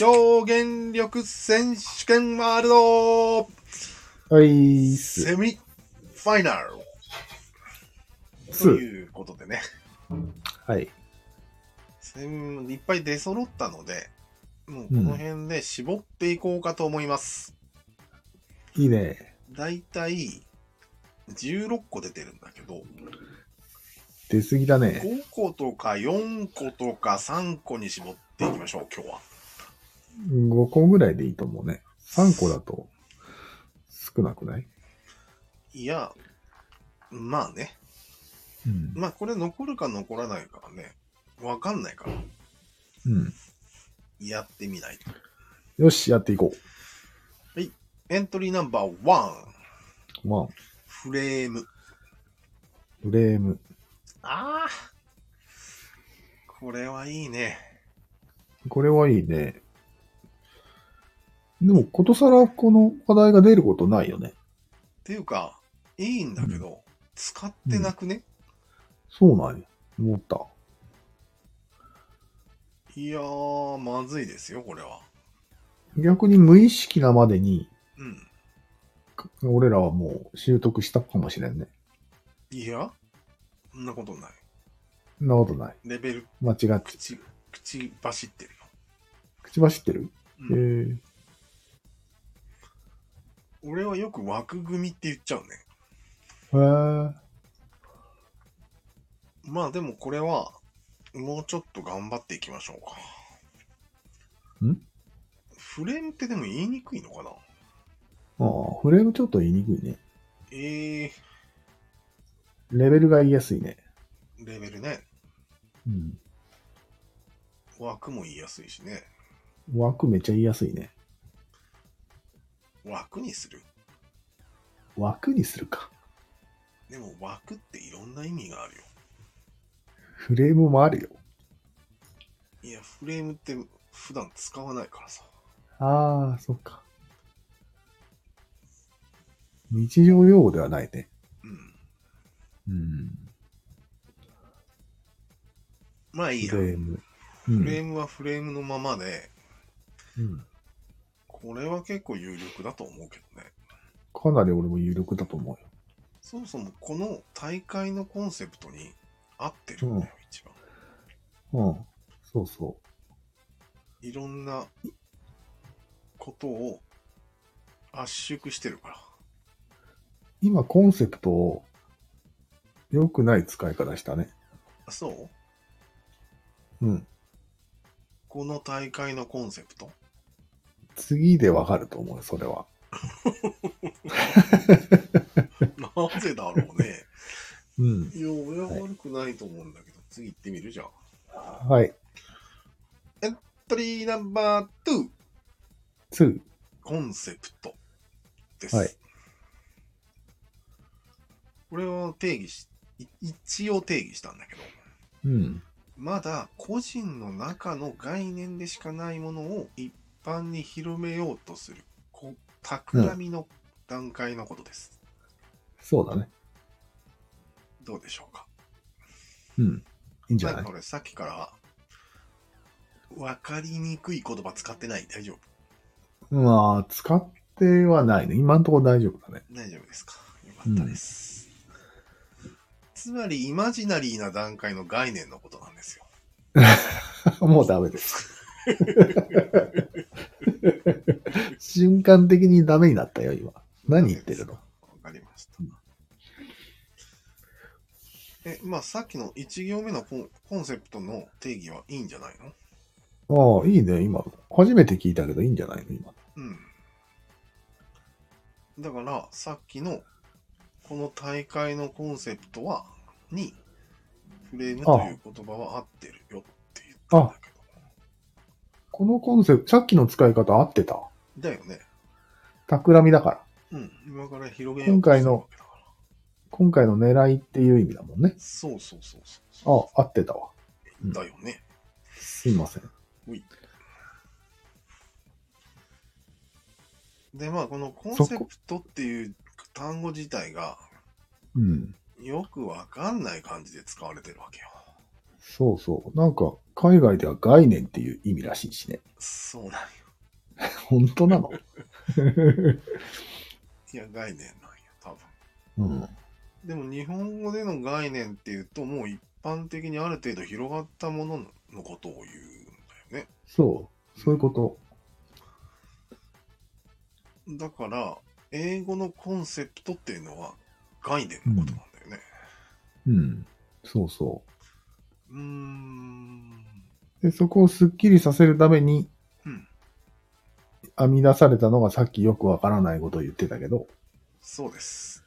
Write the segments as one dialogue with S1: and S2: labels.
S1: 表現力選手権ワールド
S2: はいっす。
S1: セミファイナル
S2: す
S1: ということでね、
S2: はい。
S1: セミいっぱい出揃ったので、もうこの辺で絞っていこうかと思います。
S2: いいね。
S1: だいたい16個出てるんだけど、
S2: 出すぎだね。
S1: 5個とか4個とか3個に絞っていきましょう、今日は。
S2: 5個ぐらいでいいと思うね。3個だと少なくない
S1: いや、まあね。
S2: うん。
S1: まあこれ残るか残らないかはね、わかんないから、
S2: うん。
S1: やってみないと。
S2: よし、やっていこ
S1: エントリーナンバー1、
S2: う。まあ、
S1: フレーム。
S2: フレーム。
S1: ああこれはいいね。
S2: これはいいね。でも、ことさらこの話題が出ることないよね。
S1: っていうか、いいんだけど、使ってなくね、
S2: そうなんや。思った。
S1: いやー、まずいですよ、これは。
S2: 逆に無意識なまでに、
S1: うん。
S2: 俺らはもう習得したかもしれんね。
S1: いや、そんなことない。
S2: そんなことない。
S1: レベル、
S2: 間違って。
S1: 口、口走ってるよ。
S2: 口走ってる
S1: う
S2: え
S1: ん
S2: ー、
S1: 俺はよく枠組みって言っちゃうね。
S2: へー
S1: まあでもこれは、もうちょっと頑張っていきましょうか。
S2: ん
S1: フレームってでも言いにくいのかな
S2: ああ、フレームちょっと言いにくいね。
S1: ええ
S2: レベルが言いやすいね。
S1: ー、レベルね。
S2: うん。
S1: 枠も言いやすいしね。
S2: 枠めっちゃ言いやすいね。
S1: 枠にする
S2: 枠にするか。
S1: でも枠っていろんな意味があるよ。
S2: フレームもあるよ。
S1: いや、フレームって普段使わないからさ。
S2: ああ、そっか。日常用語ではないね。
S1: うん。
S2: うん。
S1: まあいいや。
S2: フレー
S1: フ
S2: ム。う
S1: レ
S2: ん。
S1: ームはフレームのままで、
S2: うん、
S1: これは結構有力だと思うけどね。
S2: かなり俺も有力だと思うよ。
S1: そもそもこの大会のコンセプトに合ってるんだよ、一番。
S2: うん。そうそ
S1: いろんなことを圧縮してるから。
S2: う。今、コンセプトを良くない使い方したね。
S1: あそう
S2: うん。
S1: この大会のコンセプト
S2: 次でわかると思うよ、それは。
S1: なぜだろうね。
S2: うん。
S1: いや、俺は悪くないと思うんだけど、次行ってみるじゃん。
S2: はい。
S1: トリーナンバー2、
S2: 2。
S1: コンセプトです。
S2: はい
S1: これを定義し、い一応定義したんだけど、
S2: うん。
S1: まだ個人の中の概念でしかないものを一般に広めようとする、こう企みの段階のことです。
S2: そうだね。
S1: どうでしょうか。
S2: うん。いいんじゃ
S1: な
S2: なんい
S1: か俺さっきから、分かりにくい言葉使ってない大丈夫
S2: まあ、使ってはないね。今のところ大丈夫だね。
S1: 大丈夫ですかよかったです、つまりイマジナリーな段階の概念のことなんですよ
S2: もうダメです。瞬間的にダメになったよ、今。何言ってるの
S1: わかりました、えまあさっきの1行目のコンコンセプトの定義はいいんじゃないの
S2: ああ、いいね、今。初めて聞いたけど、いいんじゃないの今。
S1: うんだからさっきのこの大会のコンセプトはにフレームという言葉は合ってるよって言ったんだけど
S2: このコンセプト、さっきの使い方合ってた。
S1: だよね
S2: 企みだから。
S1: うん今から広げよう
S2: 今回の
S1: としてるわけだから
S2: 今回の狙いっていう意味だもんね。
S1: そうそうそうそう
S2: あ
S1: そ
S2: あ、合ってたわ。
S1: う。だよね。
S2: すいません。
S1: ほいで、まあ、このコン
S2: そこ
S1: セプトっていう単語自体が
S2: うん。
S1: よくわかんない感じで使われてるわけよ。
S2: そうそう。なんか、海外では概念っていう意味らしいしね。
S1: そうなんよ。
S2: 本当なの
S1: いや、概念なんよ、多分。
S2: うん。
S1: でも日本語での概念っていうと、もう一般的にある程度広がったもののことを言うんだよね。
S2: そう。そういうこと。
S1: だから、英語のコンセプトっていうのは概念のことなんだよね。
S2: うん。そうそう
S1: ーん。
S2: う。で、そこをスッキリさせるために、
S1: うん
S2: 編み出されたのがさっきよくわからないことを言ってたけど、
S1: そうです。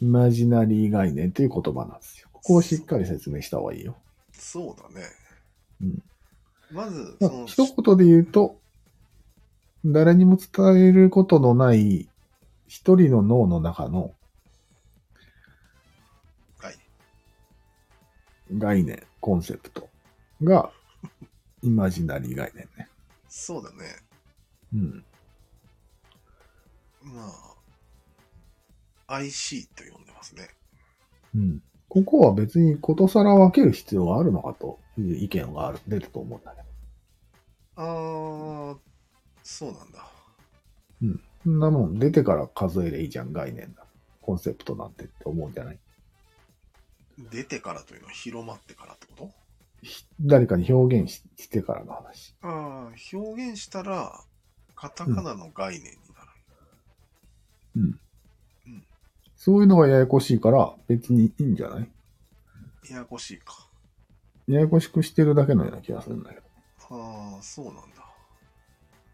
S2: イマジナリー概念っていう言葉なんですよ。ここをしっかり説明した方がいいよ。
S1: そうだね。
S2: うん
S1: まず、
S2: ま
S1: そ
S2: あ
S1: の、
S2: 一言で言うと、誰にも伝えることのない一人の脳の中の
S1: 概
S2: 概念、コンセプトが、イマジナリー概念ね。
S1: そうだね。
S2: うん。
S1: まあ、IC と呼んでますね。
S2: うん。ここは別にことさら分ける必要があるのかという意見がある出ると思うんだけど。
S1: あー、そうなんだ。
S2: そんなもん出てから数えれいいじゃん、概念だ。コンセプトなんてって思うんじゃない
S1: 出てからというのは広まってからってこと
S2: ひ誰かに表現ししてからの話。
S1: ああ、表現したら、カタカナの概念になる。
S2: そういうのがややこしいから別にいいんじゃない
S1: ややこしいか。
S2: ややこしくしてるだけのような気がするんだけ
S1: ああ、そうなんだ。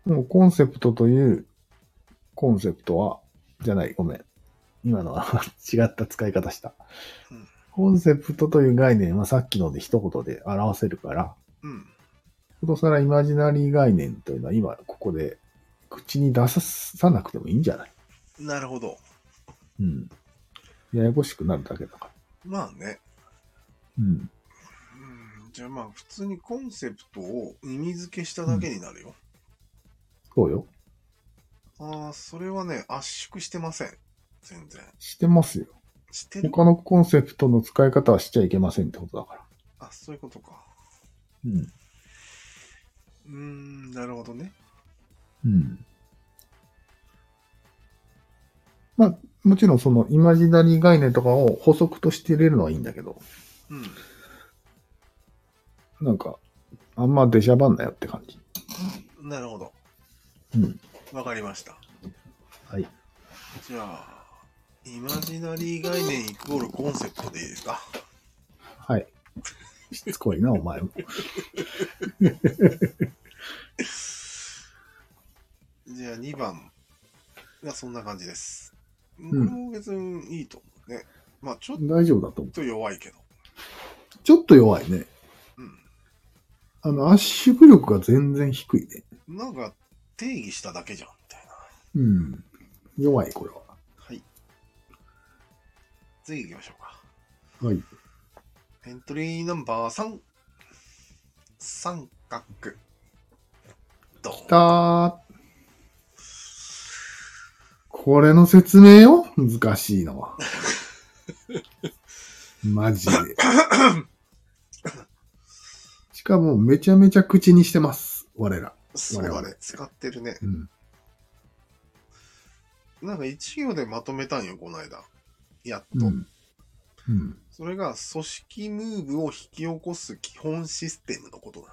S2: ど。もうコンセプトというコンセプトは、じゃない、ごめん。今のは違った使い方した
S1: うん。
S2: コンセプトという概念はさっきので一言で表せるから、
S1: うん。
S2: ことさらイマジナリー概念というのは今ここで口に出さなくてもいいんじゃない
S1: なるほど。
S2: うん。ややこしくなるだけだから。
S1: まあね。
S2: うん。
S1: うん、じゃあまあ、普通にコンセプトを意味付けしただけになるよ。
S2: そうよ。
S1: ああ、それはね、圧縮してません。全然。
S2: してますよ。
S1: してる
S2: 他のコンセプトの使い方はしちゃいけませんってことだから。
S1: あ、そういうことか。
S2: うん。
S1: うーん、なるほどね。
S2: うん。まあ、もちろんそのイマジナリー概念とかを補足として入れるのはいいんだけど、
S1: うん。
S2: なんか、あんま出しゃばんなよって感じ。
S1: なるほど。
S2: うん。
S1: わかりました。
S2: はい。
S1: じゃあ、イマジナリー概念イコールコンセプトでいいですか
S2: はい。しつこいな、お前も。
S1: じゃあ2番がそんな感じです。これ
S2: ん
S1: も別にいいと思うね。まあちょっ
S2: 大丈夫だと思う。
S1: と弱いけど。
S2: ちょっと弱いね。
S1: う
S2: あの、圧縮力が全然低いね。
S1: ん。なんか定義しただけじゃん、みたいな。
S2: うん。弱い、これは。
S1: はい。次行きましょうか。
S2: はい。
S1: エントリーナンバー3。三角。どう
S2: きたー。これの説明よ難しいのは。 マジで。しかもめちゃめちゃ口にしてます。我ら。
S1: そうだ
S2: 我
S1: ね
S2: 々。
S1: 使ってるね。
S2: うん。
S1: なんか一行でまとめたんよ、この間。やっ
S2: う
S1: と。
S2: ん。うん。
S1: それが組織ムーブを引き起こす基本システムのことなん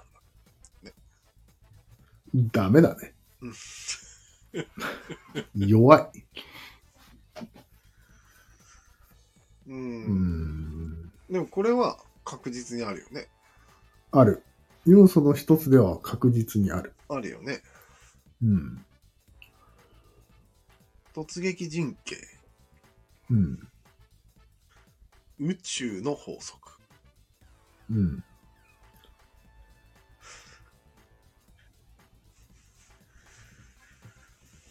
S1: だ。
S2: ダメだね
S1: うん。
S2: 弱い。
S1: う。
S2: うんん。
S1: でもこれは確実にあるよね。
S2: ある。要素の一つでは確実にある。
S1: あるよね。
S2: うん。
S1: 突撃人形、
S2: うん。
S1: 宇宙の法則。
S2: うん。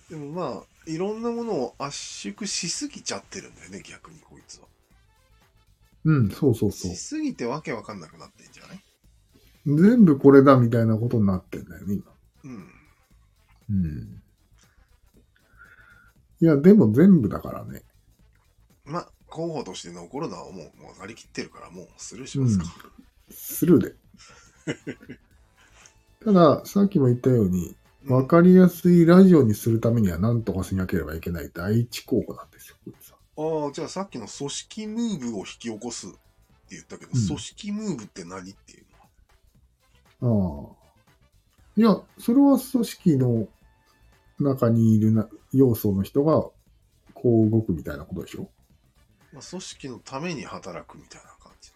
S1: でもまあ、いろんなものを圧縮しすぎちゃってるんだよね、逆にこいつは。
S2: うん、そうそうそう
S1: し。すぎてわけわかんなくなってんじゃない
S2: 全部これだみたいなことになってんだよね、今。
S1: うん。
S2: うん。いや、でも全部だからね。
S1: まあ、候補として残るのはもうもう割り切ってるから、もうするしますか。
S2: スルーで。ただ、さっきも言ったように、わかりやすいラジオにするためには何とかしなければいけない第一候補なんですよ、こいつは
S1: ああ、じゃあさっきの組織ムーブを引き起こすって言ったけど、
S2: うん
S1: 組織ムーブって何っていうのは。
S2: ああ。いや、それは組織の中にいるな要素の人がこう動くみたいなことでしょ
S1: まあ、組織のために働くみたいな感じ。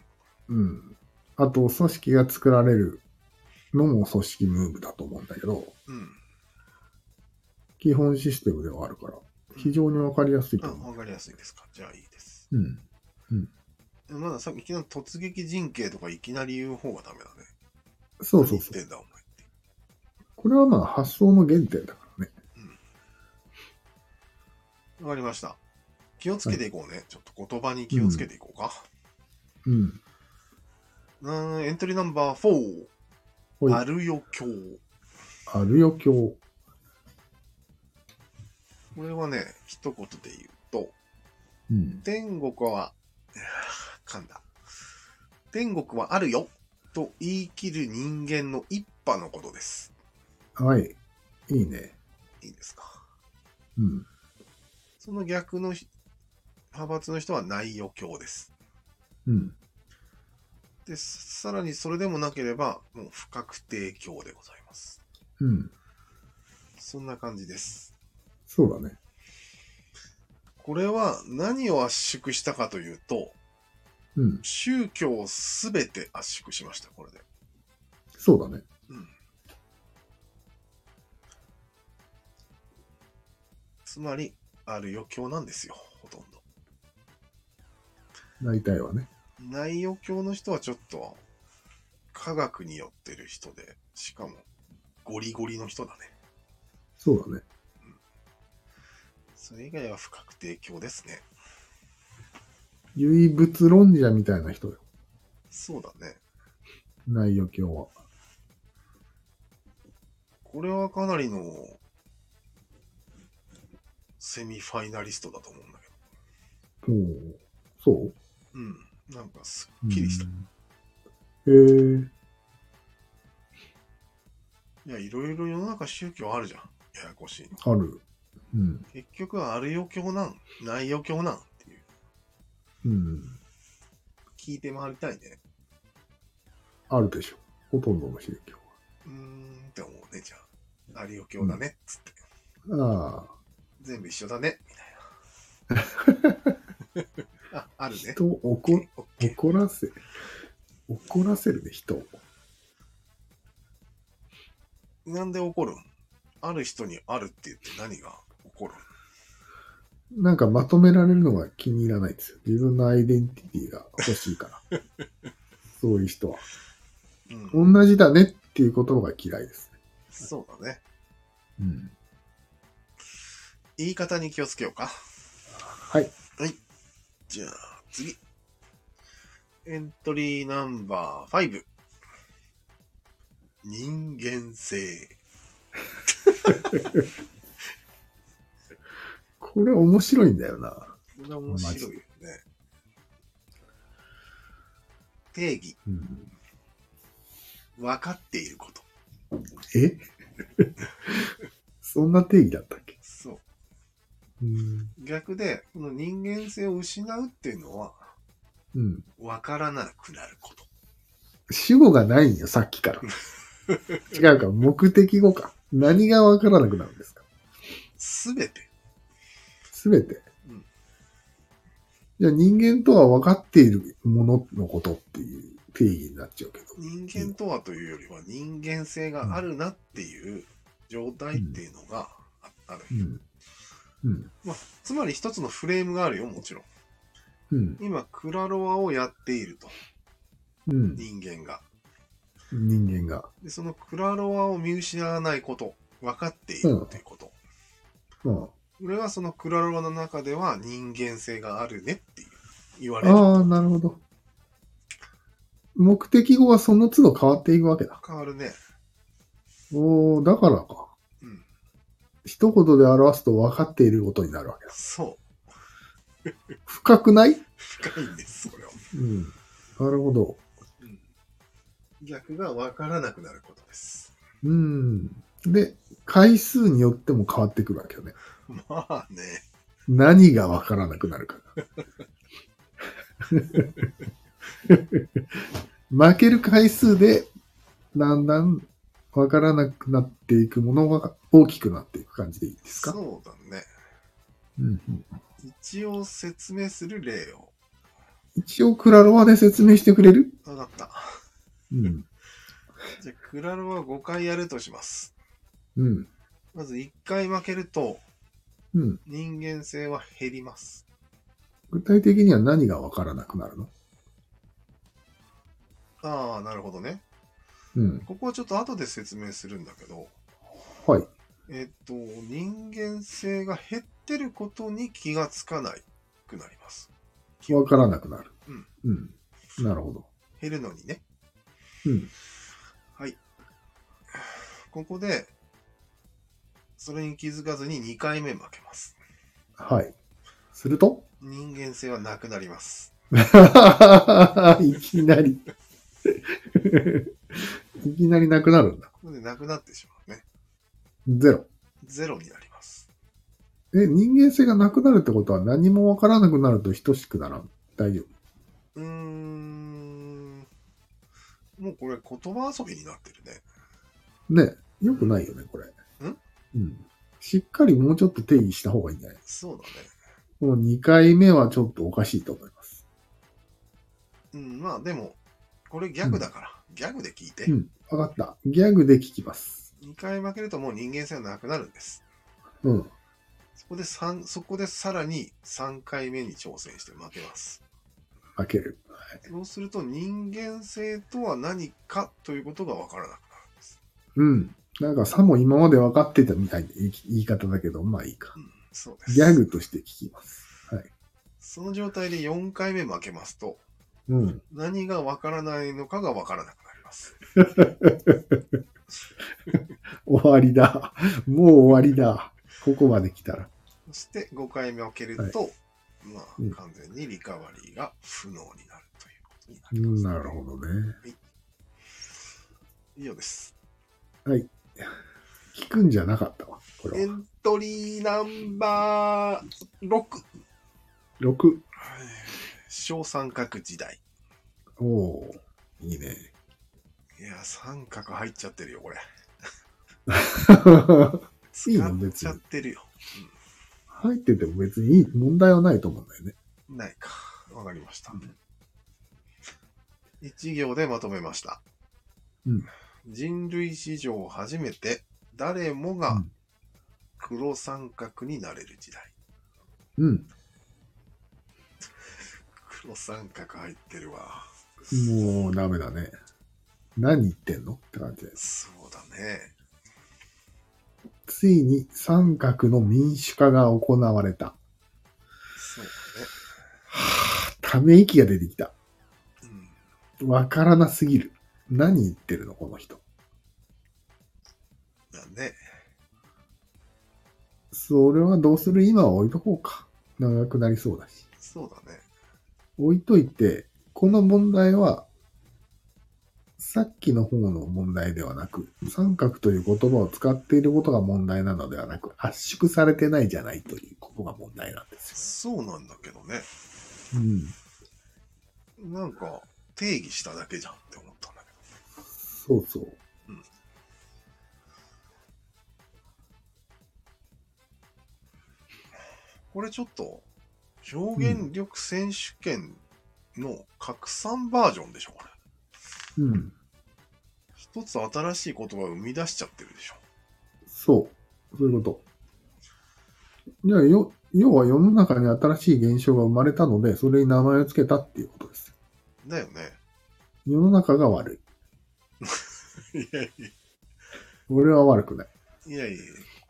S2: うん。あと、組織が作られるのも組織ムーブだと思うんだけど、
S1: うん。
S2: 基本システムではあるから、非常にわかりやすいと
S1: うん、
S2: 思
S1: わかりやすいですか。じゃあいいです。
S2: う。うん。
S1: まださっきいきなり突撃人形とかいきなり言う方がダメだね。
S2: そうそうそ
S1: 何
S2: う。
S1: 言ってんだお前って。
S2: これはまあ発想の原点だからね。
S1: わかりました。気をつけていこうね。ちょっと言葉に気をつけていこうか。
S2: うん。
S1: うん、エントリーナンバー
S2: ほい
S1: 4。あるよ今日。
S2: あるよ、今日。
S1: これはね、一言で言うと、
S2: うん。
S1: 天国は、いやー噛んだ。天国はあるよと言い切る人間の一派のことです。
S2: はい。いいね。
S1: いいですか。
S2: うん。
S1: その逆のひ派閥の人は内容教です。
S2: うん。
S1: で、さらにそれでもなければ、もう不確定教でございます。
S2: うん。
S1: そんな感じです。
S2: そうだね。
S1: これは何を圧縮したかというと、
S2: うん。
S1: 宗教をすべて圧縮しました、これで。
S2: そうだね。
S1: うんつまり、ある余興なんですよ、ほとんど。
S2: 大体はね。
S1: 内容教の人はちょっと、科学によってる人で、しかも、ゴリゴリの人だね。
S2: そうだね。
S1: それ以外は不確定教ですね。
S2: 唯物論者みたいな人よ。
S1: そうだね。
S2: 内容教は。
S1: これはかなりの、セミファイナリストだと思うんだけど。
S2: おうそ
S1: うん。なんか、す
S2: う
S1: っきりした。
S2: うんへえ。
S1: いや、いろいろ世の中宗教あるじゃん。ややこしいの。
S2: ある。うん。
S1: 結局はある余興なん、ない余興なんっていう。
S2: うん。
S1: 聞いて回りたいね。
S2: あるでしょ。ほとんどの宗教
S1: うーんって思うね、じゃあ。ある余興だね、つって。
S2: は。ああ。
S1: 全部一緒だね、みたいな。あ、あるね。
S2: 人を怒
S1: オッケー
S2: 怒らせ、怒らせるね、人を。
S1: なんで怒るんある人にあるって言って何が起こるん
S2: なんかまとめられるのが気に入らないんですよ。自分のアイデンティティが欲しい から。そういう人は。
S1: うん、
S2: 同じだねっていう言葉が嫌いですね。
S1: そうだね。
S2: うん。
S1: 言い方に気をつけようか。
S2: はい。
S1: じゃあ、次。エントリーナンバー5。人間性。
S2: これ面白いんだよな。
S1: これ面白いよね。定義、
S2: うん、
S1: 分かっていること。
S2: え そんな定義だったっけ
S1: そう。
S2: うん。
S1: 逆で、この人間性を失うっていうのは、
S2: うん。
S1: 分からなくなること。
S2: 主語がないんよ、さっき から。違うか、目的語か。何がわからなくなるんですか
S1: すべて。
S2: すべて
S1: うん。
S2: じゃあ人間とは分かっているもののことっていう定義になっちゃうけど。
S1: 人間とはというよりは、人間性があるなっていう状態っていうのがあある。
S2: うん。うん。
S1: つまり一つのフレームがあるよ、もちろん。
S2: うん。
S1: 今、クラロワをやっていると。
S2: うん。
S1: 人間が。
S2: 人間が。
S1: で、そのクラロワを見失わないこと。分かっているっていうこと。
S2: うん
S1: 俺はそのクラロワの中では人間性があるねっていう言われる。
S2: ああ、なるほど。目的語はその都度変わっていくわけだ。
S1: 変わるね。
S2: おーだからか。
S1: うん。
S2: 一言で表すと分かっていることになるわけだ。
S1: そう。
S2: 深くない
S1: 深いんです、それは。
S2: うん。なるほど。
S1: うん逆が分からなくなることです。
S2: うん。で、回数によっても変わってくるわけよね。
S1: まあね。
S2: 何がわからなくなるか。 負ける回数で、だんだんわからなくなっていくものが大きくなっていく感じでいいですか
S1: そうだね。
S2: うんうん
S1: 一応説明する例を。
S2: 一応、クラロワで説明してくれる
S1: あ、なった。
S2: うん。
S1: じゃあ、クラロは5回やるとします。
S2: うん。
S1: まず1回負けると、
S2: うん。
S1: 人間性は減ります。
S2: 具体的には何がわからなくなるの
S1: ああ、なるほどね。
S2: うん。
S1: ここはちょっと後で説明するんだけど、
S2: はい。
S1: えっと、人間性が減ってることに気がつかないくなります。
S2: わからなくなる。
S1: うん。
S2: うん。なるほど。
S1: 減るのにね。
S2: うん。
S1: はい。ここで、それに気づかずに2回目負けます。
S2: はい。すると
S1: 人間性はなくなります。
S2: いきなり。 いきなりなくなるんだ。
S1: なので、なくなってしまうね。
S2: ゼロ。
S1: ゼロになります。
S2: え、人間性がなくなるってことは何もわからなくなると等しくならん。大丈夫。
S1: うーん。もうこれ言葉遊びになってるね。
S2: ねえ、よくないよね、これ。
S1: ん
S2: うん。しっかりもうちょっと定義した方がいいんじゃない
S1: そうだね。
S2: この2回目はちょっとおかしいと思います。
S1: うん、まあでも、これギャグだから、ギャグで聞いて、
S2: うん。わかった。ギャグで聞きます。
S1: 2回負けるともう人間性はなくなるんです。
S2: うん。
S1: そこで三そこでさらに3回目に挑戦して負けます。
S2: 負ける。
S1: そうすると人間性とは何かということが分からなくなるんです。
S2: うん。なんかさも今まで分かってたみたいな言い言い方だけど、まあいいか
S1: う。ん、そうです。
S2: ギャグとして聞きます。
S1: その状態で4回目負けますと、
S2: うん。
S1: 何が分からないのかが分からなくなります。
S2: 終わりだ。もう終わりだ。ここまで来たら。
S1: そして5回目負けると、まあ、
S2: うん
S1: 完全にリカバリーが不能になるということになり
S2: う
S1: ま
S2: ん
S1: す、
S2: なるほどね。
S1: 以上です。
S2: 聞くんじゃなかったわ。こ
S1: エ
S2: れは。
S1: ントリーナンバー6。
S2: 6。
S1: 小三角時代。
S2: おおーいいね。
S1: いや、三角入っちゃってるよ、これ。使
S2: いいの
S1: っ
S2: 別
S1: ちゃっ
S2: に。
S1: てるよ。
S2: 入ってても別にいい問題はないと思うんだよね。
S1: ないか。わかりました
S2: うん。
S1: 一行でまとめました。
S2: うん
S1: 人類史上初めて誰も
S2: う
S1: が
S2: ん
S1: 黒三角になれる時代。
S2: うん。
S1: 黒三角入ってるわ。
S2: もうダメだね。何言ってんのって感じです。
S1: そうだね。
S2: ついに三角の民主化が行われた。
S1: そう
S2: ため息が出てきた。
S1: だね。うん
S2: わからなすぎる。何言ってるのこの人。
S1: だね。
S2: それはどうする今は置いとこうか。長くなりそうだし。
S1: そうだね。
S2: 置いといて、この問題は、さっきの方の問題ではなく、三角という言葉を使っていることが問題なのではなく、圧縮されてないじゃないということが問題なんです
S1: そうなんだけどね。
S2: よ。うん。
S1: なんか、定義しただけじゃんって思ったんだけ
S2: そうそう。
S1: うんど。これちょっと、表現力選手権の拡散バージョンでしょ、これ。
S2: うん。
S1: 一つ新しい言葉を生み出しちゃってるでしょ。
S2: そう。そういうこと。いや、よ、要は世の中に新しい現象が生まれたので、それに名前を付けたっていうことです。
S1: だよね。
S2: 世の中が悪い。
S1: いやい
S2: 俺は悪くない。
S1: やいやいや、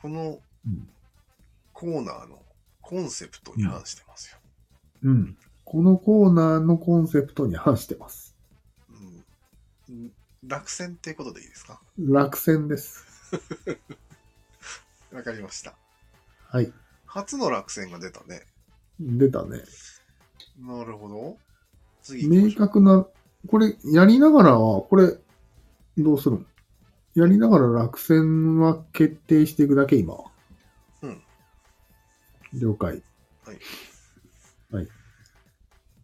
S1: この
S2: うん
S1: コーナーのコンセプトに反してますよ。
S2: うん。このコーナーのコンセプトに反してます。
S1: うんうん落選ってことでいいですか
S2: 落選です。
S1: わかりました。
S2: はい。
S1: 初の落選が出たね。
S2: 出たね。
S1: なるほど。次行きま
S2: 明
S1: しょう。
S2: 確な、これ、やりながらは、これ、どうするんやりながら落選は決定していくだけ、今は。
S1: うん。
S2: 了解。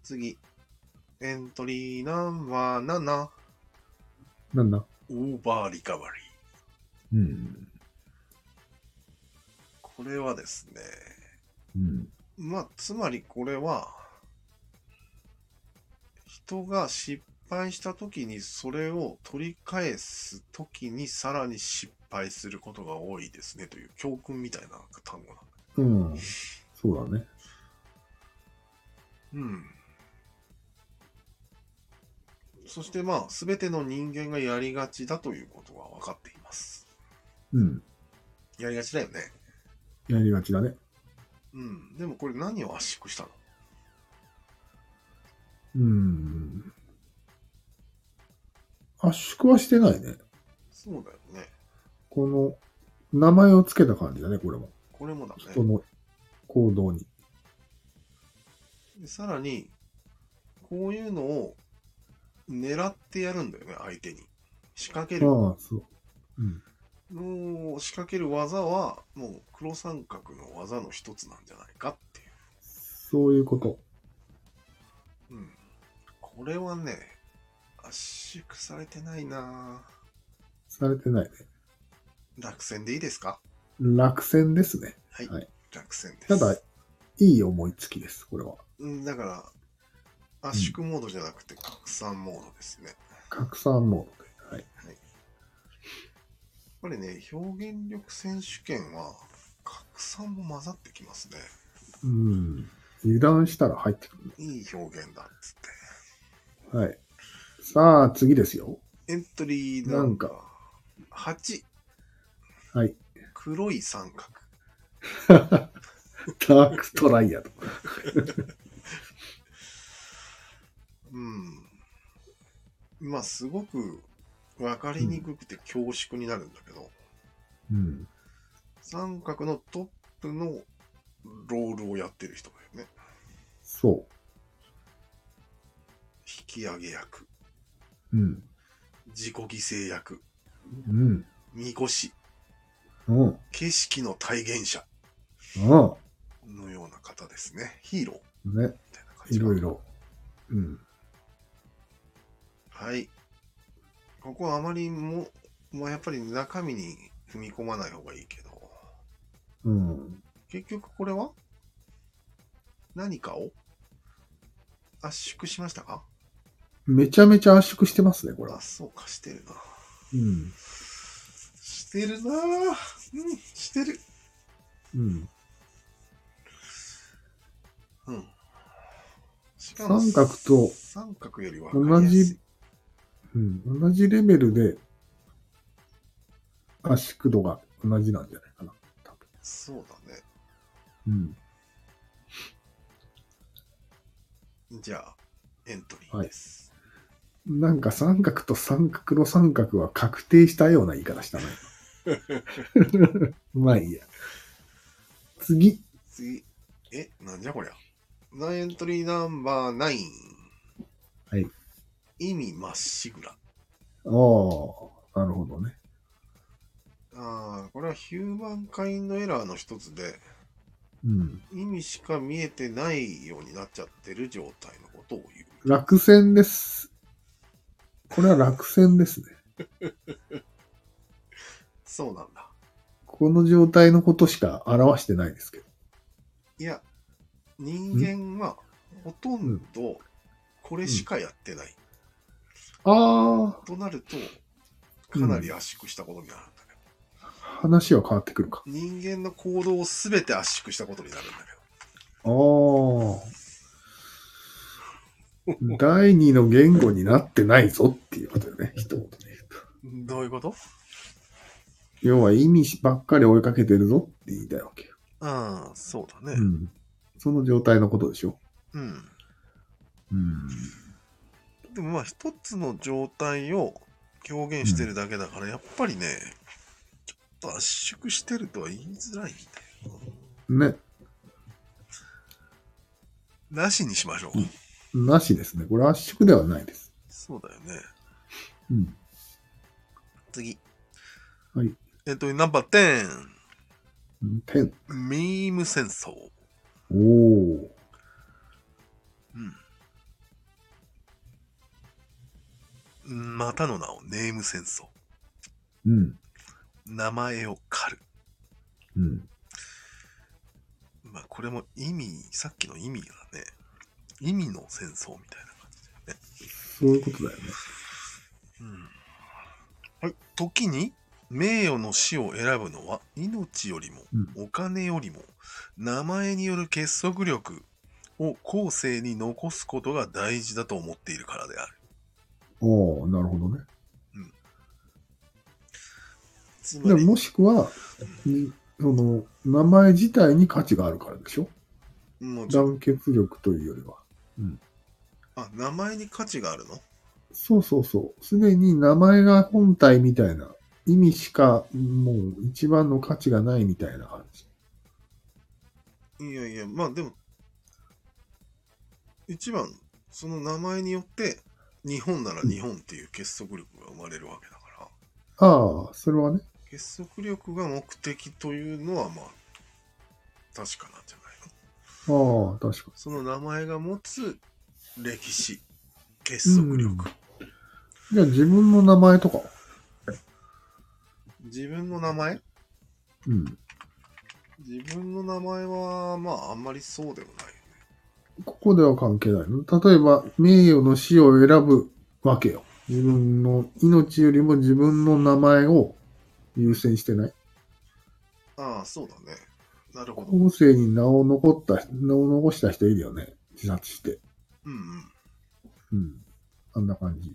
S1: 次。エントリーナンバー7、
S2: なんだ
S1: オーバーリカバリー。
S2: うん。
S1: これはですね、
S2: うん。
S1: まあ、つまりこれは、人が失敗した時にそれを取り返す時にさらに失敗することが多いですねという教訓みたいな単語なんだ。
S2: うん。そうだね。
S1: うん。そしてまあ、すべての人間がやりがちだということが分かっています。
S2: うん。
S1: やりがちだよね。
S2: やりがちだね。
S1: うん。でもこれ何を圧縮したの
S2: うん。圧縮はしてないね。
S1: そうだよね。
S2: この、名前をつけた感じだね、これも。
S1: これもだね。
S2: 人の行動に。
S1: でさらに、こういうのを狙ってやるんだよね、相手に。仕掛ける。
S2: ああ、そう。うん。
S1: もう仕掛ける技は、もう黒三角の技の一つなんじゃないかってい
S2: そういうこと。
S1: う。うん。これはね、圧縮されてないなぁ
S2: されてないね。
S1: 落選でいいですか
S2: 落選ですね。
S1: はい。
S2: はい
S1: 落選です。
S2: ただ、いい思いつきです、これは。
S1: うん、だから、圧縮モードじゃなくて拡散モードですね。やっ
S2: 拡散モードで。はい。
S1: ぱりね、表現力選手権は、拡散も混ざってきますね。
S2: うん。油断したら入ってくるね。
S1: いい表現だっつって。
S2: はい。さあ、次ですよ。
S1: エントリーナンバー8、
S2: はい。
S1: 黒い三角。
S2: ダークトライアル。
S1: うん。まあ、すごく分かりにくくて恐縮になるんだけど、
S2: うん。
S1: 三角のトップのロールをやってる人だよね。
S2: そ
S1: 引き上げ役、
S2: う。うん。
S1: 自己犠牲役、
S2: うん。
S1: みこし、
S2: うん。うん。
S1: 景色の体現者のような方ですね。ヒーローみ
S2: ね。
S1: たいな感
S2: い
S1: じかな
S2: ろいろ。うん。
S1: はい。ここはあまりも、まあ、やっぱり中身に踏み込まない方がいいけど、
S2: うん。
S1: 結局これは何かを圧縮しましたか
S2: めちゃめちゃ圧縮してますね、これ
S1: あ、
S2: は。
S1: そうか、してるな。
S2: うん。
S1: してるなぁうん、してる。
S2: うん。
S1: うん。しか
S2: 三角と
S1: 三角よりは分かりやすい
S2: うん。同じレベルで、圧縮度が同じなんじゃないかな。多分
S1: そうだね。
S2: うん。
S1: じゃあ、エントリーです。
S2: なんか三角と三角の三角は確定したような言い方したね。まあいいや。次。
S1: 次。え、なんじゃこりゃ。なエントリーナンバー9。
S2: はい。
S1: 意味まっしぐら。
S2: ああ、なるほどね。
S1: ああ、これはヒューマンカインドエラーの一つで、
S2: うん。
S1: 意味しか見えてないようになっちゃってる状態のことを言う。
S2: 落選です。これは落選ですね。
S1: そうなんだ。
S2: この状態のことしか表してないですけど。
S1: いや、人間はほとんどこれしかやってない。
S2: ああ、
S1: となると、かなり圧縮したことになるんだけど。
S2: 話は変わってくるか。
S1: 人間の行動を全て圧縮したことになるんだけど。
S2: ああ。第二の言語になってないぞっていうことよね。一言で言うと。
S1: どういうこと
S2: 要は意味ばっかり追いかけてるぞって言いたいわけよ。
S1: ああ、そうだね。
S2: ん。その状態のことでしょ。
S1: うん。
S2: うん。
S1: でもまあ一つの状態を表現してるだけだから、やっぱりね、ちょっと圧縮してるとは言いづらいんだよ
S2: ね。
S1: な。なしにしましょう。
S2: うんなしですね。これ圧縮ではないです。
S1: そうだよね。
S2: うん。
S1: 次。
S2: はい。
S1: えっと、ナンバー10。
S2: 点。
S1: ミーム戦争。
S2: おお。
S1: うん。またの名をネーム戦争。
S2: うん。
S1: 名前を狩る。
S2: うん。
S1: まあ、これも意味、さっきの意味がね、意味の戦争みたいな感じだよね。
S2: そういうことだよね。
S1: うんはい、時に名誉の死を選ぶのは命よりもお金よりも名前による結束力を後世に残すことが大事だと思っているからである。
S2: おおなるほどね。
S1: つ
S2: で
S1: まり、
S2: もしくは、にその、名前自体に価値があるからでしょ
S1: もうちょ
S2: 団結力というよりは。
S1: あ名前に価値があるの
S2: そうそうそう。すでに名前が本体みたいな意味しか、もう一番の価値がないみたいな感じ。
S1: いやいや、まあでも、一番、その名前によって、日本なら日本っていう結束力が生まれるわけだから、
S2: ああ、それはね。
S1: 結束力が目的というのは、まあ、確かなんじゃないの
S2: ああ、確か
S1: その名前が持つ歴史、結束力。
S2: に。じゃあ自分の名前とか。
S1: 自分の名前
S2: うん。
S1: 自分の名前は、まあ、あんまりそうでもないよね。
S2: ここでは関係ないの。例えば、名誉の死を選ぶわけよ。自分の命よりも自分の名前を優先してない。
S1: ああ、そうだね。なるほど。うん
S2: 後世に名を残った、名を残した人いるよね。自殺して。
S1: うん。
S2: うん。あんな感じ。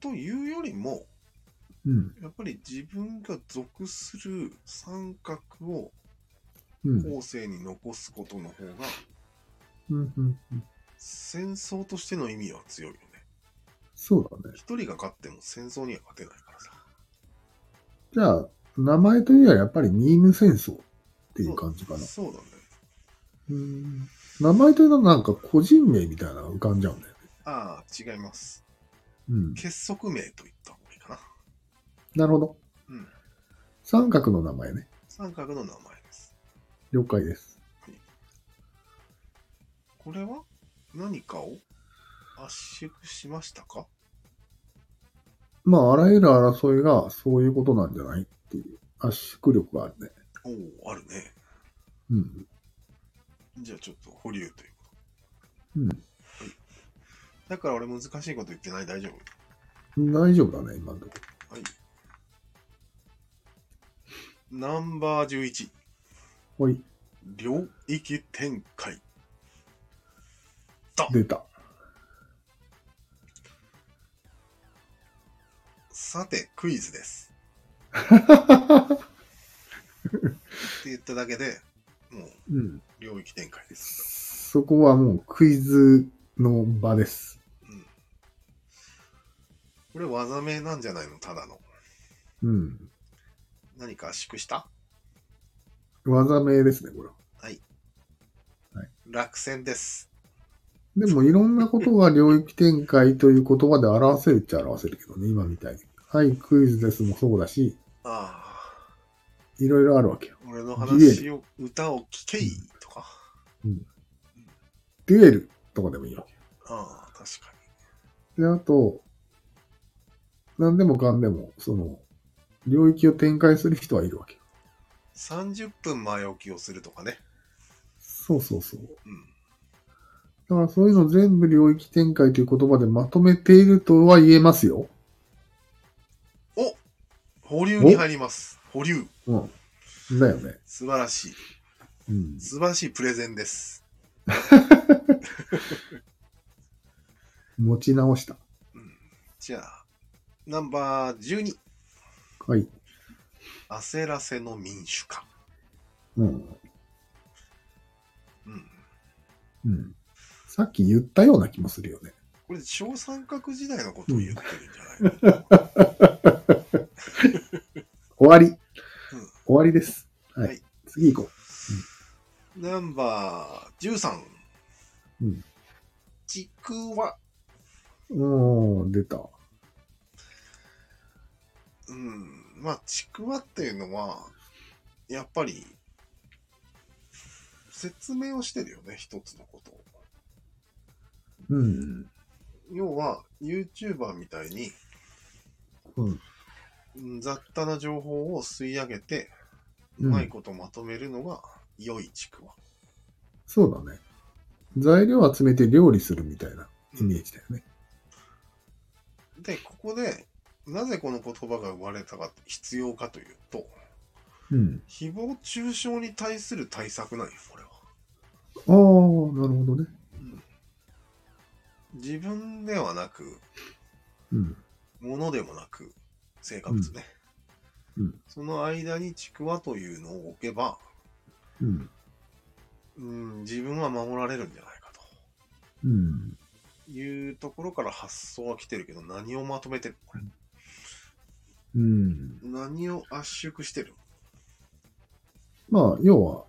S1: というよりも、
S2: うん。
S1: やっぱり自分が属する三角を
S2: うん。
S1: 後世に残すことの方が、
S2: うん。うん。
S1: 戦争としての意味は強いよね。
S2: そうだね。
S1: 一人が勝っても戦争には勝てないからさ。
S2: じゃあ、名前というよりはやっぱりミーム戦争っていう感じかな。
S1: そうだね。
S2: うん名前というのはなんか個人名みたいなのが浮かんじゃうんだよね。
S1: ああ、違います。
S2: うん。
S1: 結束名と言った方がいいかな。
S2: なるほど。
S1: うん。
S2: 三角の名前ね。
S1: 三角の名前です。
S2: 了解です。
S1: これは何かを圧縮しましたか
S2: まあ、あらゆる争いがそういうことなんじゃないっていう圧縮力があるね。
S1: おお、あるね。
S2: うん。
S1: じゃあちょっと保留というこ
S2: うん。
S1: と。だから俺難しいこと言ってない大丈夫
S2: 大丈夫だね、今のとこ
S1: はい。ナンバー11、
S2: ろ。はい。
S1: 領域展開。
S2: 出た。
S1: さて、クイズ です。って言っただけで、もう
S2: うん。
S1: 領域展開です。
S2: そこはもうクイズの場です。
S1: これ技名なんじゃないのただの。
S2: うん。
S1: 何か圧縮した
S2: 技名ですね、これは。
S1: 落選です。
S2: でもいろんなことが領域展開という言葉で表せるっちゃ表せるけどね、今みたいに。はい、クイズですもそうだし、
S1: ああ、
S2: いろいろあるわけよ。
S1: 俺の話を、歌を聴けいとか。
S2: デュエルとかでもいいわ
S1: ああ、確か
S2: け。で、あと、何でもかんでも、その、領域を展開する人はいるわけよ。
S1: に。30分前置きをするとかね。
S2: そうそうそう。
S1: うん。
S2: だからそういうの全部領域展開という言葉でまとめているとは言えますよ。
S1: お保留に入ります。保留。
S2: うん。だよね。
S1: 素晴らしい。
S2: うん。
S1: 素晴らしいプレゼンです。
S2: 持ち直した。
S1: うん。じゃあ、ナンバー12、
S2: はい。
S1: 焦らせの民主化。
S2: うん。
S1: うん。
S2: うん。さっき言ったような気もするよね。
S1: これ、小三角時代のことを言ってるんじゃないの、
S2: 終わり。
S1: うん
S2: 終わりです。はい。
S1: はい
S2: 次行こ
S1: ナンバー13。
S2: うん。
S1: ちくわ。
S2: う。おー、出た。
S1: うん、まあ、ちくわっていうのは、やっぱり、説明をしてるよね、一つのことを。
S2: うん。
S1: 要は、YouTuber みたいに、
S2: うん
S1: うん雑多な情報を吸い上げて、
S2: う
S1: うんまいことまとめるのが良いちくわ。
S2: そうだね。材料集めて料理するみたいなイメージだよね。
S1: で、ここで、なぜこの言葉が生まれたか、必要かというと、
S2: うん。
S1: 誹謗中傷に対する対策なんよ、これは。
S2: ああ、なるほどね。
S1: 自分ではなく、
S2: うん。
S1: 物でもなく、生活ね。
S2: うんうん
S1: その間にちくわというのを置けば、
S2: うん。
S1: うん、自分は守られるんじゃないか
S2: うん。
S1: というところから発想は来てるけど、何をまとめてるこれ
S2: うん。
S1: 何を圧縮してる
S2: まあ、要は、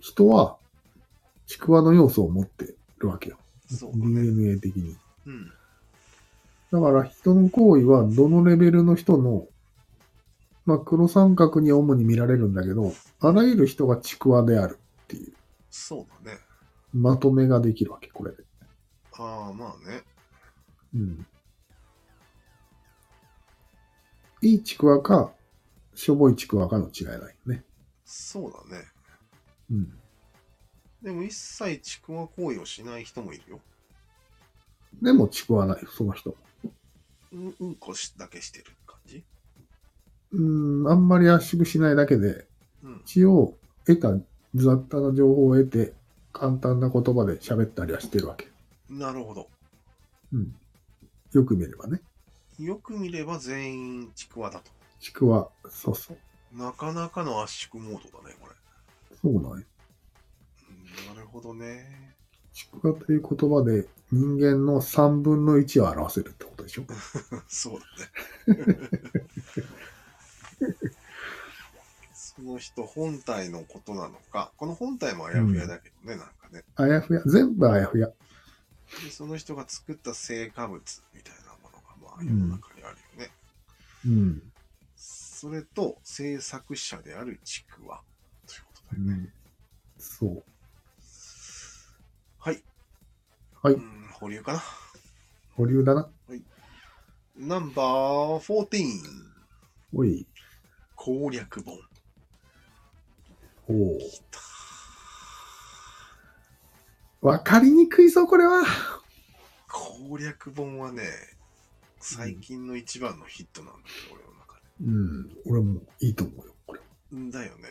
S2: 人は、ちくわの要素を持ってるわけよ。
S1: そうだね。
S2: DNA 的に。
S1: うん。
S2: だから、人の行為は、どのレベルの人の、まあ、黒三角に主に見られるんだけど、あらゆる人がちくわであるっていう、
S1: そうだね。
S2: まとめができるわけ、これで。
S1: ああ、まあね。
S2: うん。いいちくわか、しょぼいちくわかの違いないよね。
S1: そうだね。
S2: うん。
S1: でも一切ちくわ行為をしない人もいるよ。
S2: でも、ちくわない、その人。
S1: うん、うんこしだけしてる感じ
S2: うん、あんまり圧縮しないだけで、
S1: うん。
S2: 一応得た雑多な情報を得て簡単な言葉で喋ったりはしてるわけ。
S1: なるほど。
S2: うん。よく見ればね。
S1: よく見れば全員ちくわだと。
S2: ちくわ、そうそう。
S1: なかなかの圧縮モードだね、これ。
S2: そうなんよ
S1: うんなるほどね。
S2: ちくわという言葉で人間の3分の1を表せるってことでしょ。
S1: そうだね。その人本体のことなのか、この本体もあやふやだけどね、なんかね。
S2: あやふや、全部あやふや。
S1: で、その人が作った成果物みたいなものが、まあ、世の中にあるよね。
S2: うん。
S1: それと、制作者であるちくわ。ということだよね。
S2: うん、そう。
S1: はい。
S2: はい
S1: うん、保留かな。
S2: 保留だな。
S1: ナンバー14。
S2: おい。
S1: 攻略本。
S2: おお。わかりにくいぞ、これは。
S1: 攻略本はね、最近の一番のヒットなんだけど、俺の中で。
S2: うん。俺もいいと思うよ、これ。
S1: んだよね。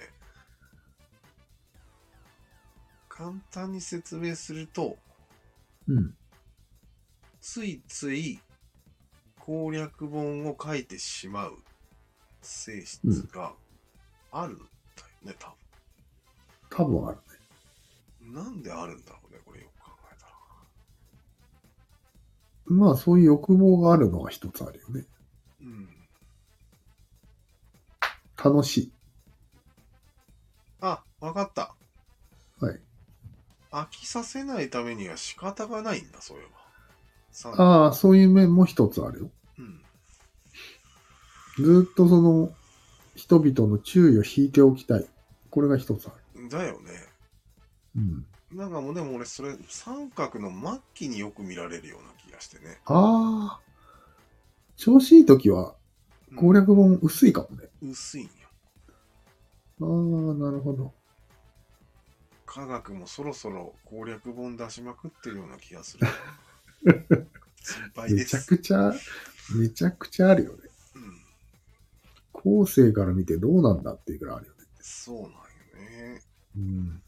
S1: 簡単に説明すると、
S2: うん。
S1: ついつい攻略本を書いてしまう性質があるんだよね、多
S2: 多分ある。
S1: 分。なんであるんだろうね、これよく考えたら。
S2: まあそういう欲望があるのが一つあるよね。
S1: うん。
S2: 楽しい。
S1: あ、わかった。
S2: はい。
S1: 飽きさせないためには仕方がないんだ、そういえば。さん
S2: ああ、そういう面も一つあるよ。
S1: うん。
S2: ずっとその人々の注意を引いておきたい。これが一つある。
S1: だよね。
S2: うん。
S1: なんかもうでも俺それ三角の末期によく見られるような気がしてね。
S2: ああ。調子いい時は攻略本薄いかもね。
S1: うん薄いんよ。
S2: ああ、なるほど。
S1: 科学もそろそろ攻略本出しまくってるような気が する。心配
S2: め
S1: で
S2: ちゃ
S1: す。
S2: くちゃ、めちゃくちゃあるよね。
S1: うん、
S2: 後世から見てどうなんだっていうくらいあるよね。
S1: そうなんよね。
S2: うん。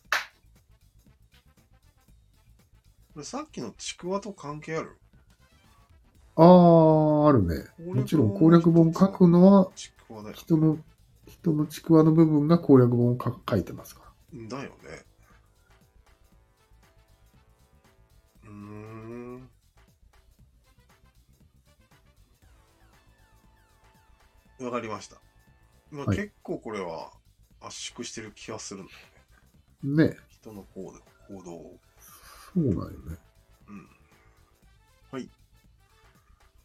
S1: これさっきのちくわと関係ある
S2: ああ、あるね。もちろん攻略本書くのは
S1: ちくわだよ。
S2: 人の、人のちくわの部分が攻略本をか書いてますから。
S1: だよね。うーん。わかりました。まあ、
S2: はい
S1: 結構これは圧縮してる気がするんだよね。
S2: ね
S1: 人の行動行動を。
S2: そうなんよね。
S1: うん。はい。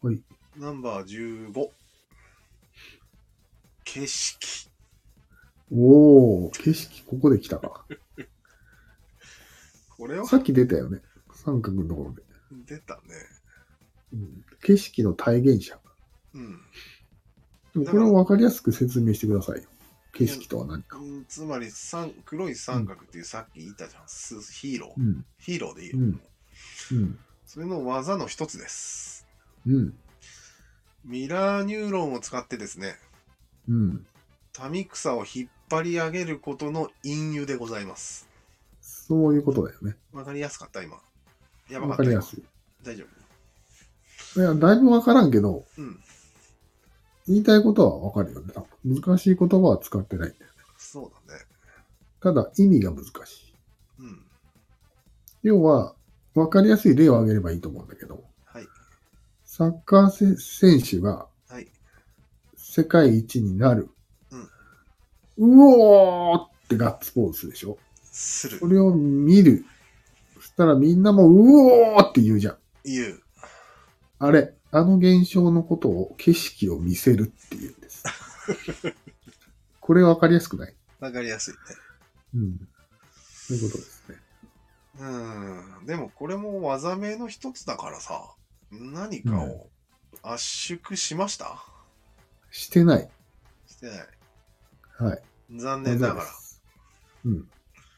S2: はい。
S1: ナンバー15。景色。
S2: おお、景色ここで来たか。
S1: これは
S2: さっき出たよね。三角のところで。
S1: 出たね。
S2: うん、景色の体現者。
S1: うん。
S2: でもこれを分かりやすく説明してくださいよ。景色とは何か。
S1: うんつまり三黒い三角っていうさっき言ったじゃん、すヒーロー、
S2: うん、
S1: ヒーローでいいよ、
S2: うんうん、
S1: それの技の一つです
S2: うん、
S1: ミラーニューロンを使ってですね
S2: うん。
S1: タミクサを引っ張り上げることの隠喩でございます
S2: そういうことだよね。
S1: わかりやすかった今やばか
S2: 分
S1: っ
S2: か
S1: た
S2: りやすい。
S1: 大丈
S2: いや、だいぶ分からんけど、
S1: 夫うん
S2: 言いたいことは分かるよね。多分難しい言葉は使ってないんだよ。
S1: そうだね
S2: ただ、意味が難しい。
S1: うん
S2: 要は、分かりやすい例を挙げればいいと思うんだけど、
S1: はい
S2: サッカーせ選手が
S1: はい
S2: 世界一になる。うおーってガッツポーズするでしょ。
S1: する
S2: それを見る。そしたらみんなもうおーって言うじゃん。
S1: 言う
S2: あれ、あの現象のことを景色を見せるっていうん です。これわかりやすくない
S1: わかりやすいね
S2: うん。そういうことですね。
S1: うんでもこれも技名の一つだからさ何かを圧縮しました、
S2: してない。
S1: してない
S2: はい。
S1: 残念ながら
S2: うん。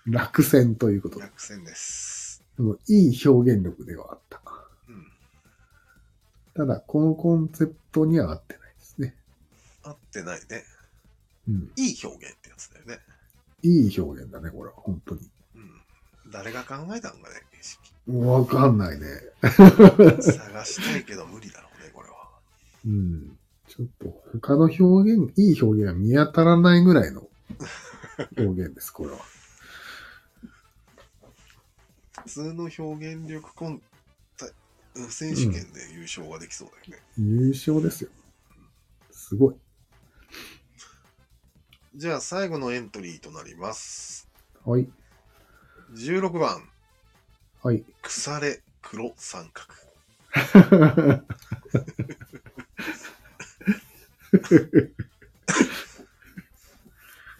S2: 落選ということで。
S1: 落選です。
S2: でもいい表現力ではあった。
S1: うん。
S2: ただ、このコンセプトには合ってないですね。
S1: 合ってないね。
S2: うん。
S1: いい表現ってやつだよね。
S2: いい表現だね、これは。本当に。
S1: うん。誰が考えたんかね、景
S2: わかんないね。
S1: 色探したいけど無理だろうね、これは。
S2: うん。ちょっと他の表現、いい表現が見当たらないぐらいの表現です、これは。
S1: 普通の表現力コンタうん選手権で優勝ができそうだよね。
S2: 優勝ですよ。すごい。
S1: じゃあ最後のエントリーとなります。
S2: はい。
S1: 16番、
S2: はい。
S1: 腐れ黒三角。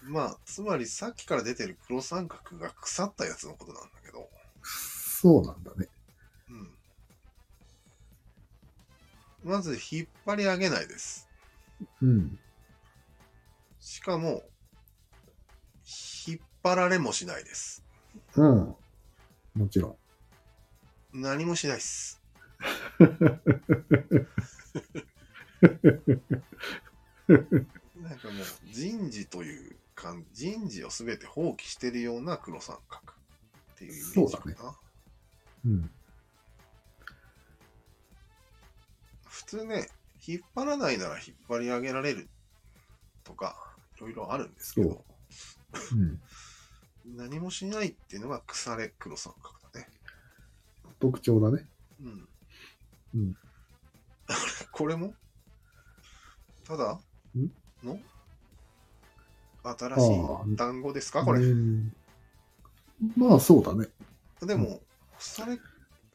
S1: まあ、つまりさっきから出てる黒三角が腐ったやつのことなんだけど。
S2: そうなんだね。
S1: うん。まず引っ張り上げないです。
S2: うん。
S1: しかも、引っ張られもしないです。
S2: うん。もちろん。
S1: 何もしない です。なんかもう人事というか人事を全て放棄してるような黒三角っていうイメージか
S2: そう
S1: な。
S2: だうん。
S1: 普通ね、引っ張らないなら引っ張り上げられるとか、いろいろあるんですけど、
S2: うん。
S1: 何もしないっていうのが腐れ黒三角だね。
S2: 特徴だね。
S1: うん。
S2: うん。
S1: これもただの新しい単語ですかこれ。
S2: うんまあ、そうだね。
S1: でも、それ、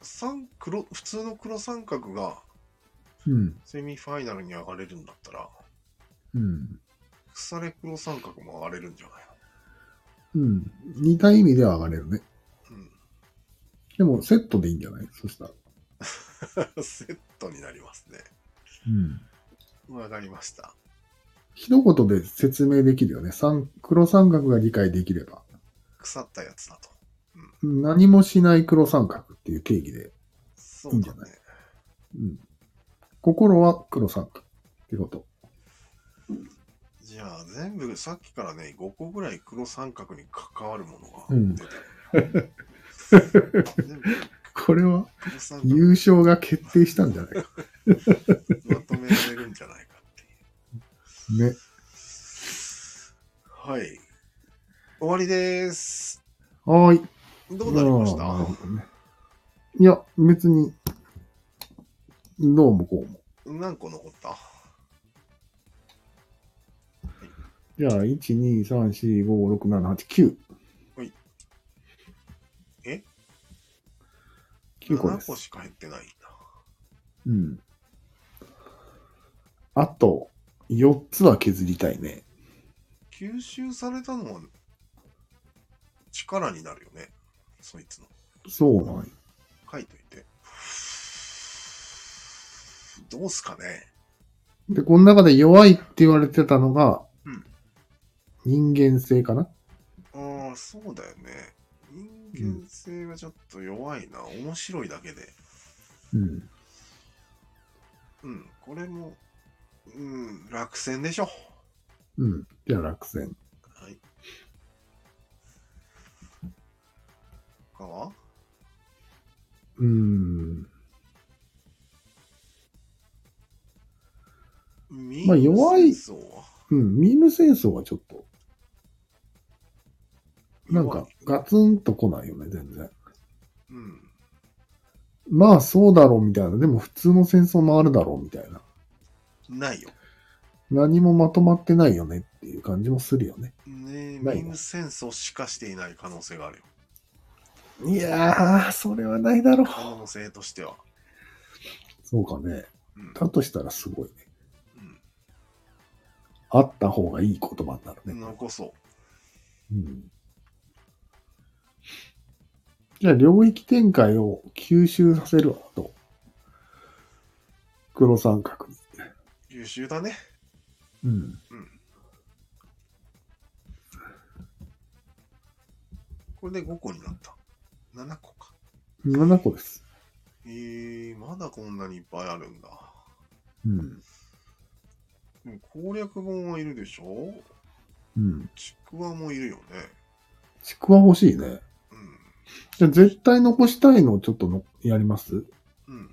S1: 三黒、普通の黒三角が
S2: うん。
S1: セミファイナルに上がれるんだったら、
S2: うん。
S1: 腐れ黒三角も上がれるんじゃない
S2: うん。似た意味では上がれるね。
S1: の
S2: でも、セットでいいんじゃないそしたら。
S1: うん。 セットになりますね。
S2: うん。
S1: わかりました。
S2: 一言で説明できるよね。三黒三角が理解できれば。
S1: 腐ったやつだと。
S2: 何もしない黒三角っていう定義で。
S1: そう
S2: いいんじゃ
S1: だ
S2: な
S1: ね。
S2: うん。心は黒三角ってこと。
S1: じゃあ、全部さっきからね、5個ぐらい黒三角に関わるものが
S2: うん
S1: 出てる。全部
S2: これは
S1: 黒三角
S2: 優勝が決定したんじ ゃないか。
S1: まとめられるんじゃないかっていう。
S2: ね。
S1: はい。終わりです。
S2: はーい。
S1: どうなりました
S2: あーなるほどねいや、別に、どうもこうも。
S1: 何個残った
S2: じゃあ、1、2、3、4、5、6、7、8、9。
S1: はい。え
S2: ?9 個で
S1: ?7 個
S2: す。
S1: しか減ってないんだ。
S2: うん。あと、4つは削りたいね。
S1: 吸収されたのは力になるよね。そいつの。
S2: そうなんよ
S1: 書いといて。どうすかね。
S2: で、この中で弱いって言われてたのが、
S1: うん
S2: 人間性かな
S1: ああ、そうだよね。人間性がちょっと弱いな。面白いだけで。
S2: うん。
S1: うん、これも、うん、落選でしょ。
S2: うん。じゃあ落選。
S1: はい。他は
S2: うーん。
S1: ま
S2: 弱い
S1: そう
S2: うん。ミーム戦争はちょっと、なん
S1: 弱
S2: か
S1: い、
S2: ガツンと来ないよね、全然。
S1: うん。
S2: まあ、そうだろうみたいな。でも、普通の戦争もあるだろうみたいな。
S1: ないよ。
S2: 何もまとまってないよねっていう感じもするよね。
S1: ねえ、
S2: ない
S1: ミー
S2: ね
S1: ム戦争しかしていない可能性があるよ。
S2: いやー、それはないだろう。
S1: 可能性としては。
S2: そうかね。
S1: うん。
S2: だとしたらすごいね。
S1: うん
S2: あった方がいい言葉になるね。
S1: 残そ
S2: うんじゃあ、領域展開を吸収させるわと。黒三角に。
S1: う。優秀だね。
S2: うん。
S1: これで5個になった。7個か。
S2: 7個です。
S1: えー、まだこんなにいっぱいあるんだ。
S2: うん。
S1: でも攻略本はいるでしょ
S2: うん。
S1: ちくわもいるよね。
S2: ちくわ欲しい
S1: う
S2: ね。
S1: ん。
S2: じゃあ、絶対残したいのをちょっとのやります
S1: うん、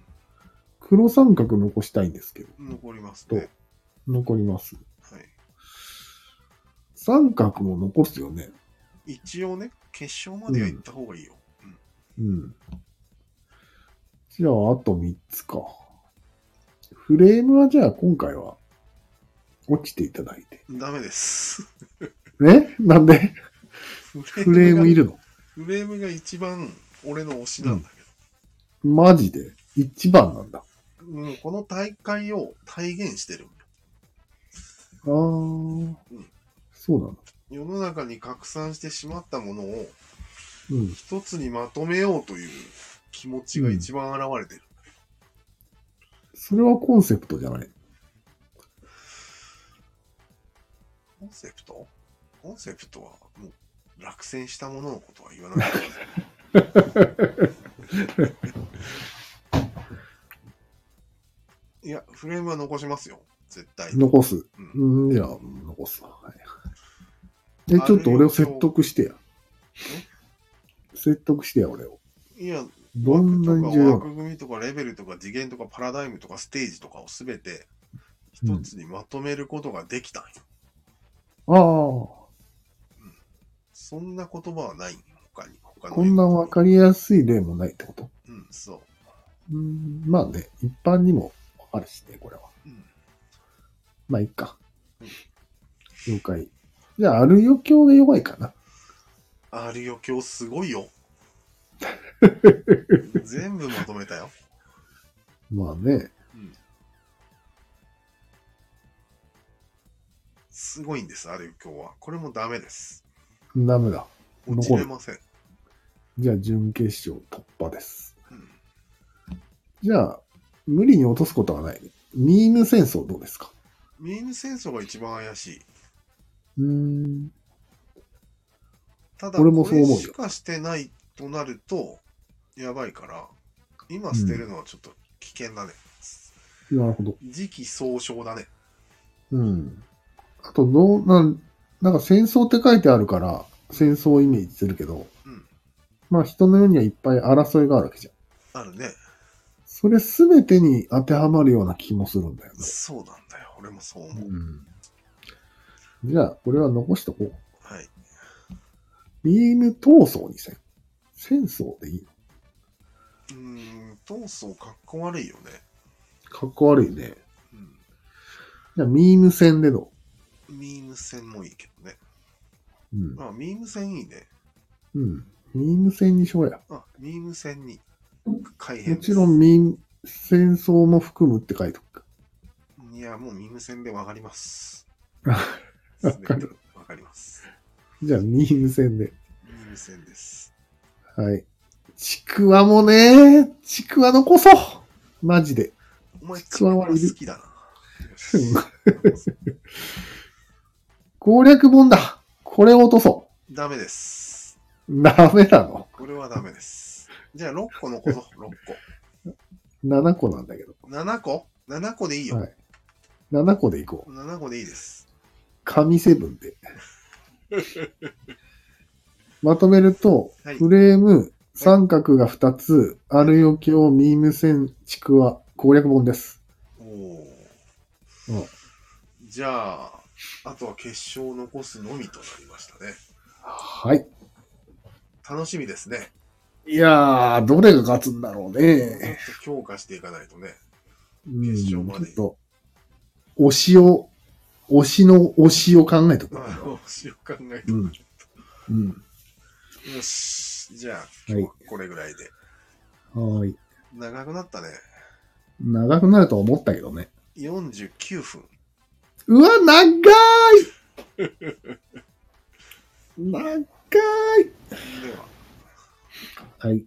S2: 黒三角残したいんですけど。
S1: 残りますね。
S2: 残ります。
S1: はい。
S2: 三角も残すよね。
S1: 一応ね、決勝までは行った方がいいよ。うん。
S2: うん。じゃあ、あと3つか。フレームはじゃあ今回は落ちていただいて。
S1: ダメです。
S2: えなんでフ
S1: フ
S2: レームい
S1: る。
S2: るの
S1: フレームが一番俺の推しなんだけ
S2: マジで一番なんだ。
S1: ど、うんこの大会を体現してる。
S2: ああ、そうなの。
S1: 世の中に拡散してしまったものを
S2: うん。
S1: 一つにまとめようという気持ちが一番現れてる。
S2: それはコンセプトじゃない。
S1: コンセプトコンセプトはもう落選したもののことは言 わない。いや、フレームは残しますよ。絶対に。
S2: 残す。
S1: うん
S2: うん、じゃあ、残すわ。はい。え、ちょっと俺を説得してや。説得してや、俺を。
S1: いや、
S2: どんな
S1: 枠
S2: に
S1: とか
S2: 重要なの
S1: 枠組みとかレベルとか次元とかパラダイムとかステージとかをすべて一つにまとめることができたんよ。
S2: ああ、
S1: そんな言葉はないんよ他に。他の
S2: こんなわかりやすい例もないってこと
S1: うん、そう
S2: ーんまあね、一般にもあるしね、これは。
S1: う。うん、
S2: まあ、いいか
S1: うん。
S2: 了解。じゃあ、ある余興が弱いかな。
S1: あるよ、今日すごいよ。全部まとめたよ。
S2: まあね。
S1: うん、すごいんです、ある今日は。これもダメです。
S2: ダメだ。
S1: 落ちれません。
S2: じゃあ、準決勝突破です。
S1: うん、
S2: じゃあ、無理に落とすことはない。ミーム戦争どうですか
S1: ミーム戦争が一番怪しい。
S2: うーん。
S1: ただ、
S2: 俺もそう思うよ
S1: これしかしてないとなると、やばいから、今捨てるのはちょっと危険だね。
S2: なるほど。
S1: 時期尚早だね。
S2: うん。あと、どう、なん、なんか戦争って書いてあるから、戦争をイメージするけど、
S1: うん
S2: まあ人の世にはいっぱい争いがあるわけじゃん。
S1: あるね。
S2: それすべてに当てはまるような気もするんだよね。
S1: そうなんだよ。俺もそう思う。
S2: うんじゃあ、これは残しとこう。
S1: はい。
S2: ビーム闘争にせん。戦争でいいの
S1: うーん、闘争かっこ悪いよね。
S2: かっこ悪いね。
S1: うん。
S2: じゃあ、ミーム戦でど
S1: ミーム戦もいいけどね。
S2: ううん。
S1: まあ、ミーム戦いいね。
S2: うん。ミーム戦にしようや。
S1: あ、ミーム戦に改
S2: も
S1: 変です。
S2: ちろん、ミーム、戦争も含むって書いとくか。
S1: いや、もうミーム戦でわかります。
S2: わかる
S1: 全てわかりまます。
S2: じゃあ、ミーム戦で。
S1: 入選です。
S2: はい。ちくわもね、ちくわ残そうマジで。
S1: お前、
S2: 質問はいる
S1: 好きだな。
S2: 攻略本だこれを落とそ
S1: ダメです。
S2: うダメなの
S1: これはダメです。じゃあ6個残そう、6
S2: ?7 個なんだけど。
S1: 個。7個 ?7 個でいいよ。
S2: はい7個でいこう。
S1: 7個でいいです。
S2: 神セブン で。まとめると、
S1: はい
S2: フレーム、三角が2つ、あるよきをミーム線、ちくわ、攻略本です。
S1: おお
S2: うん。
S1: じゃあ、あとは決勝を残すのみとなりましたね。
S2: はい。
S1: 楽しみですね。
S2: いやー、どれが勝つんだろう
S1: ちょ
S2: ね。
S1: っと強化していかないとね。
S2: うん
S1: 決
S2: ち
S1: 勝
S2: ょ
S1: まで
S2: っと、推しを、推しの推しを考えとく。
S1: まあ、どうしよう考えて
S2: う
S1: も
S2: ん。うん。
S1: よし。じゃあ、
S2: は
S1: 今
S2: い
S1: 日はこれぐらいで。
S2: はーい。
S1: 長くなったね。
S2: 長くなるとは思ったけどね。
S1: 49分。
S2: うわ、長い長い
S1: では。
S2: はい。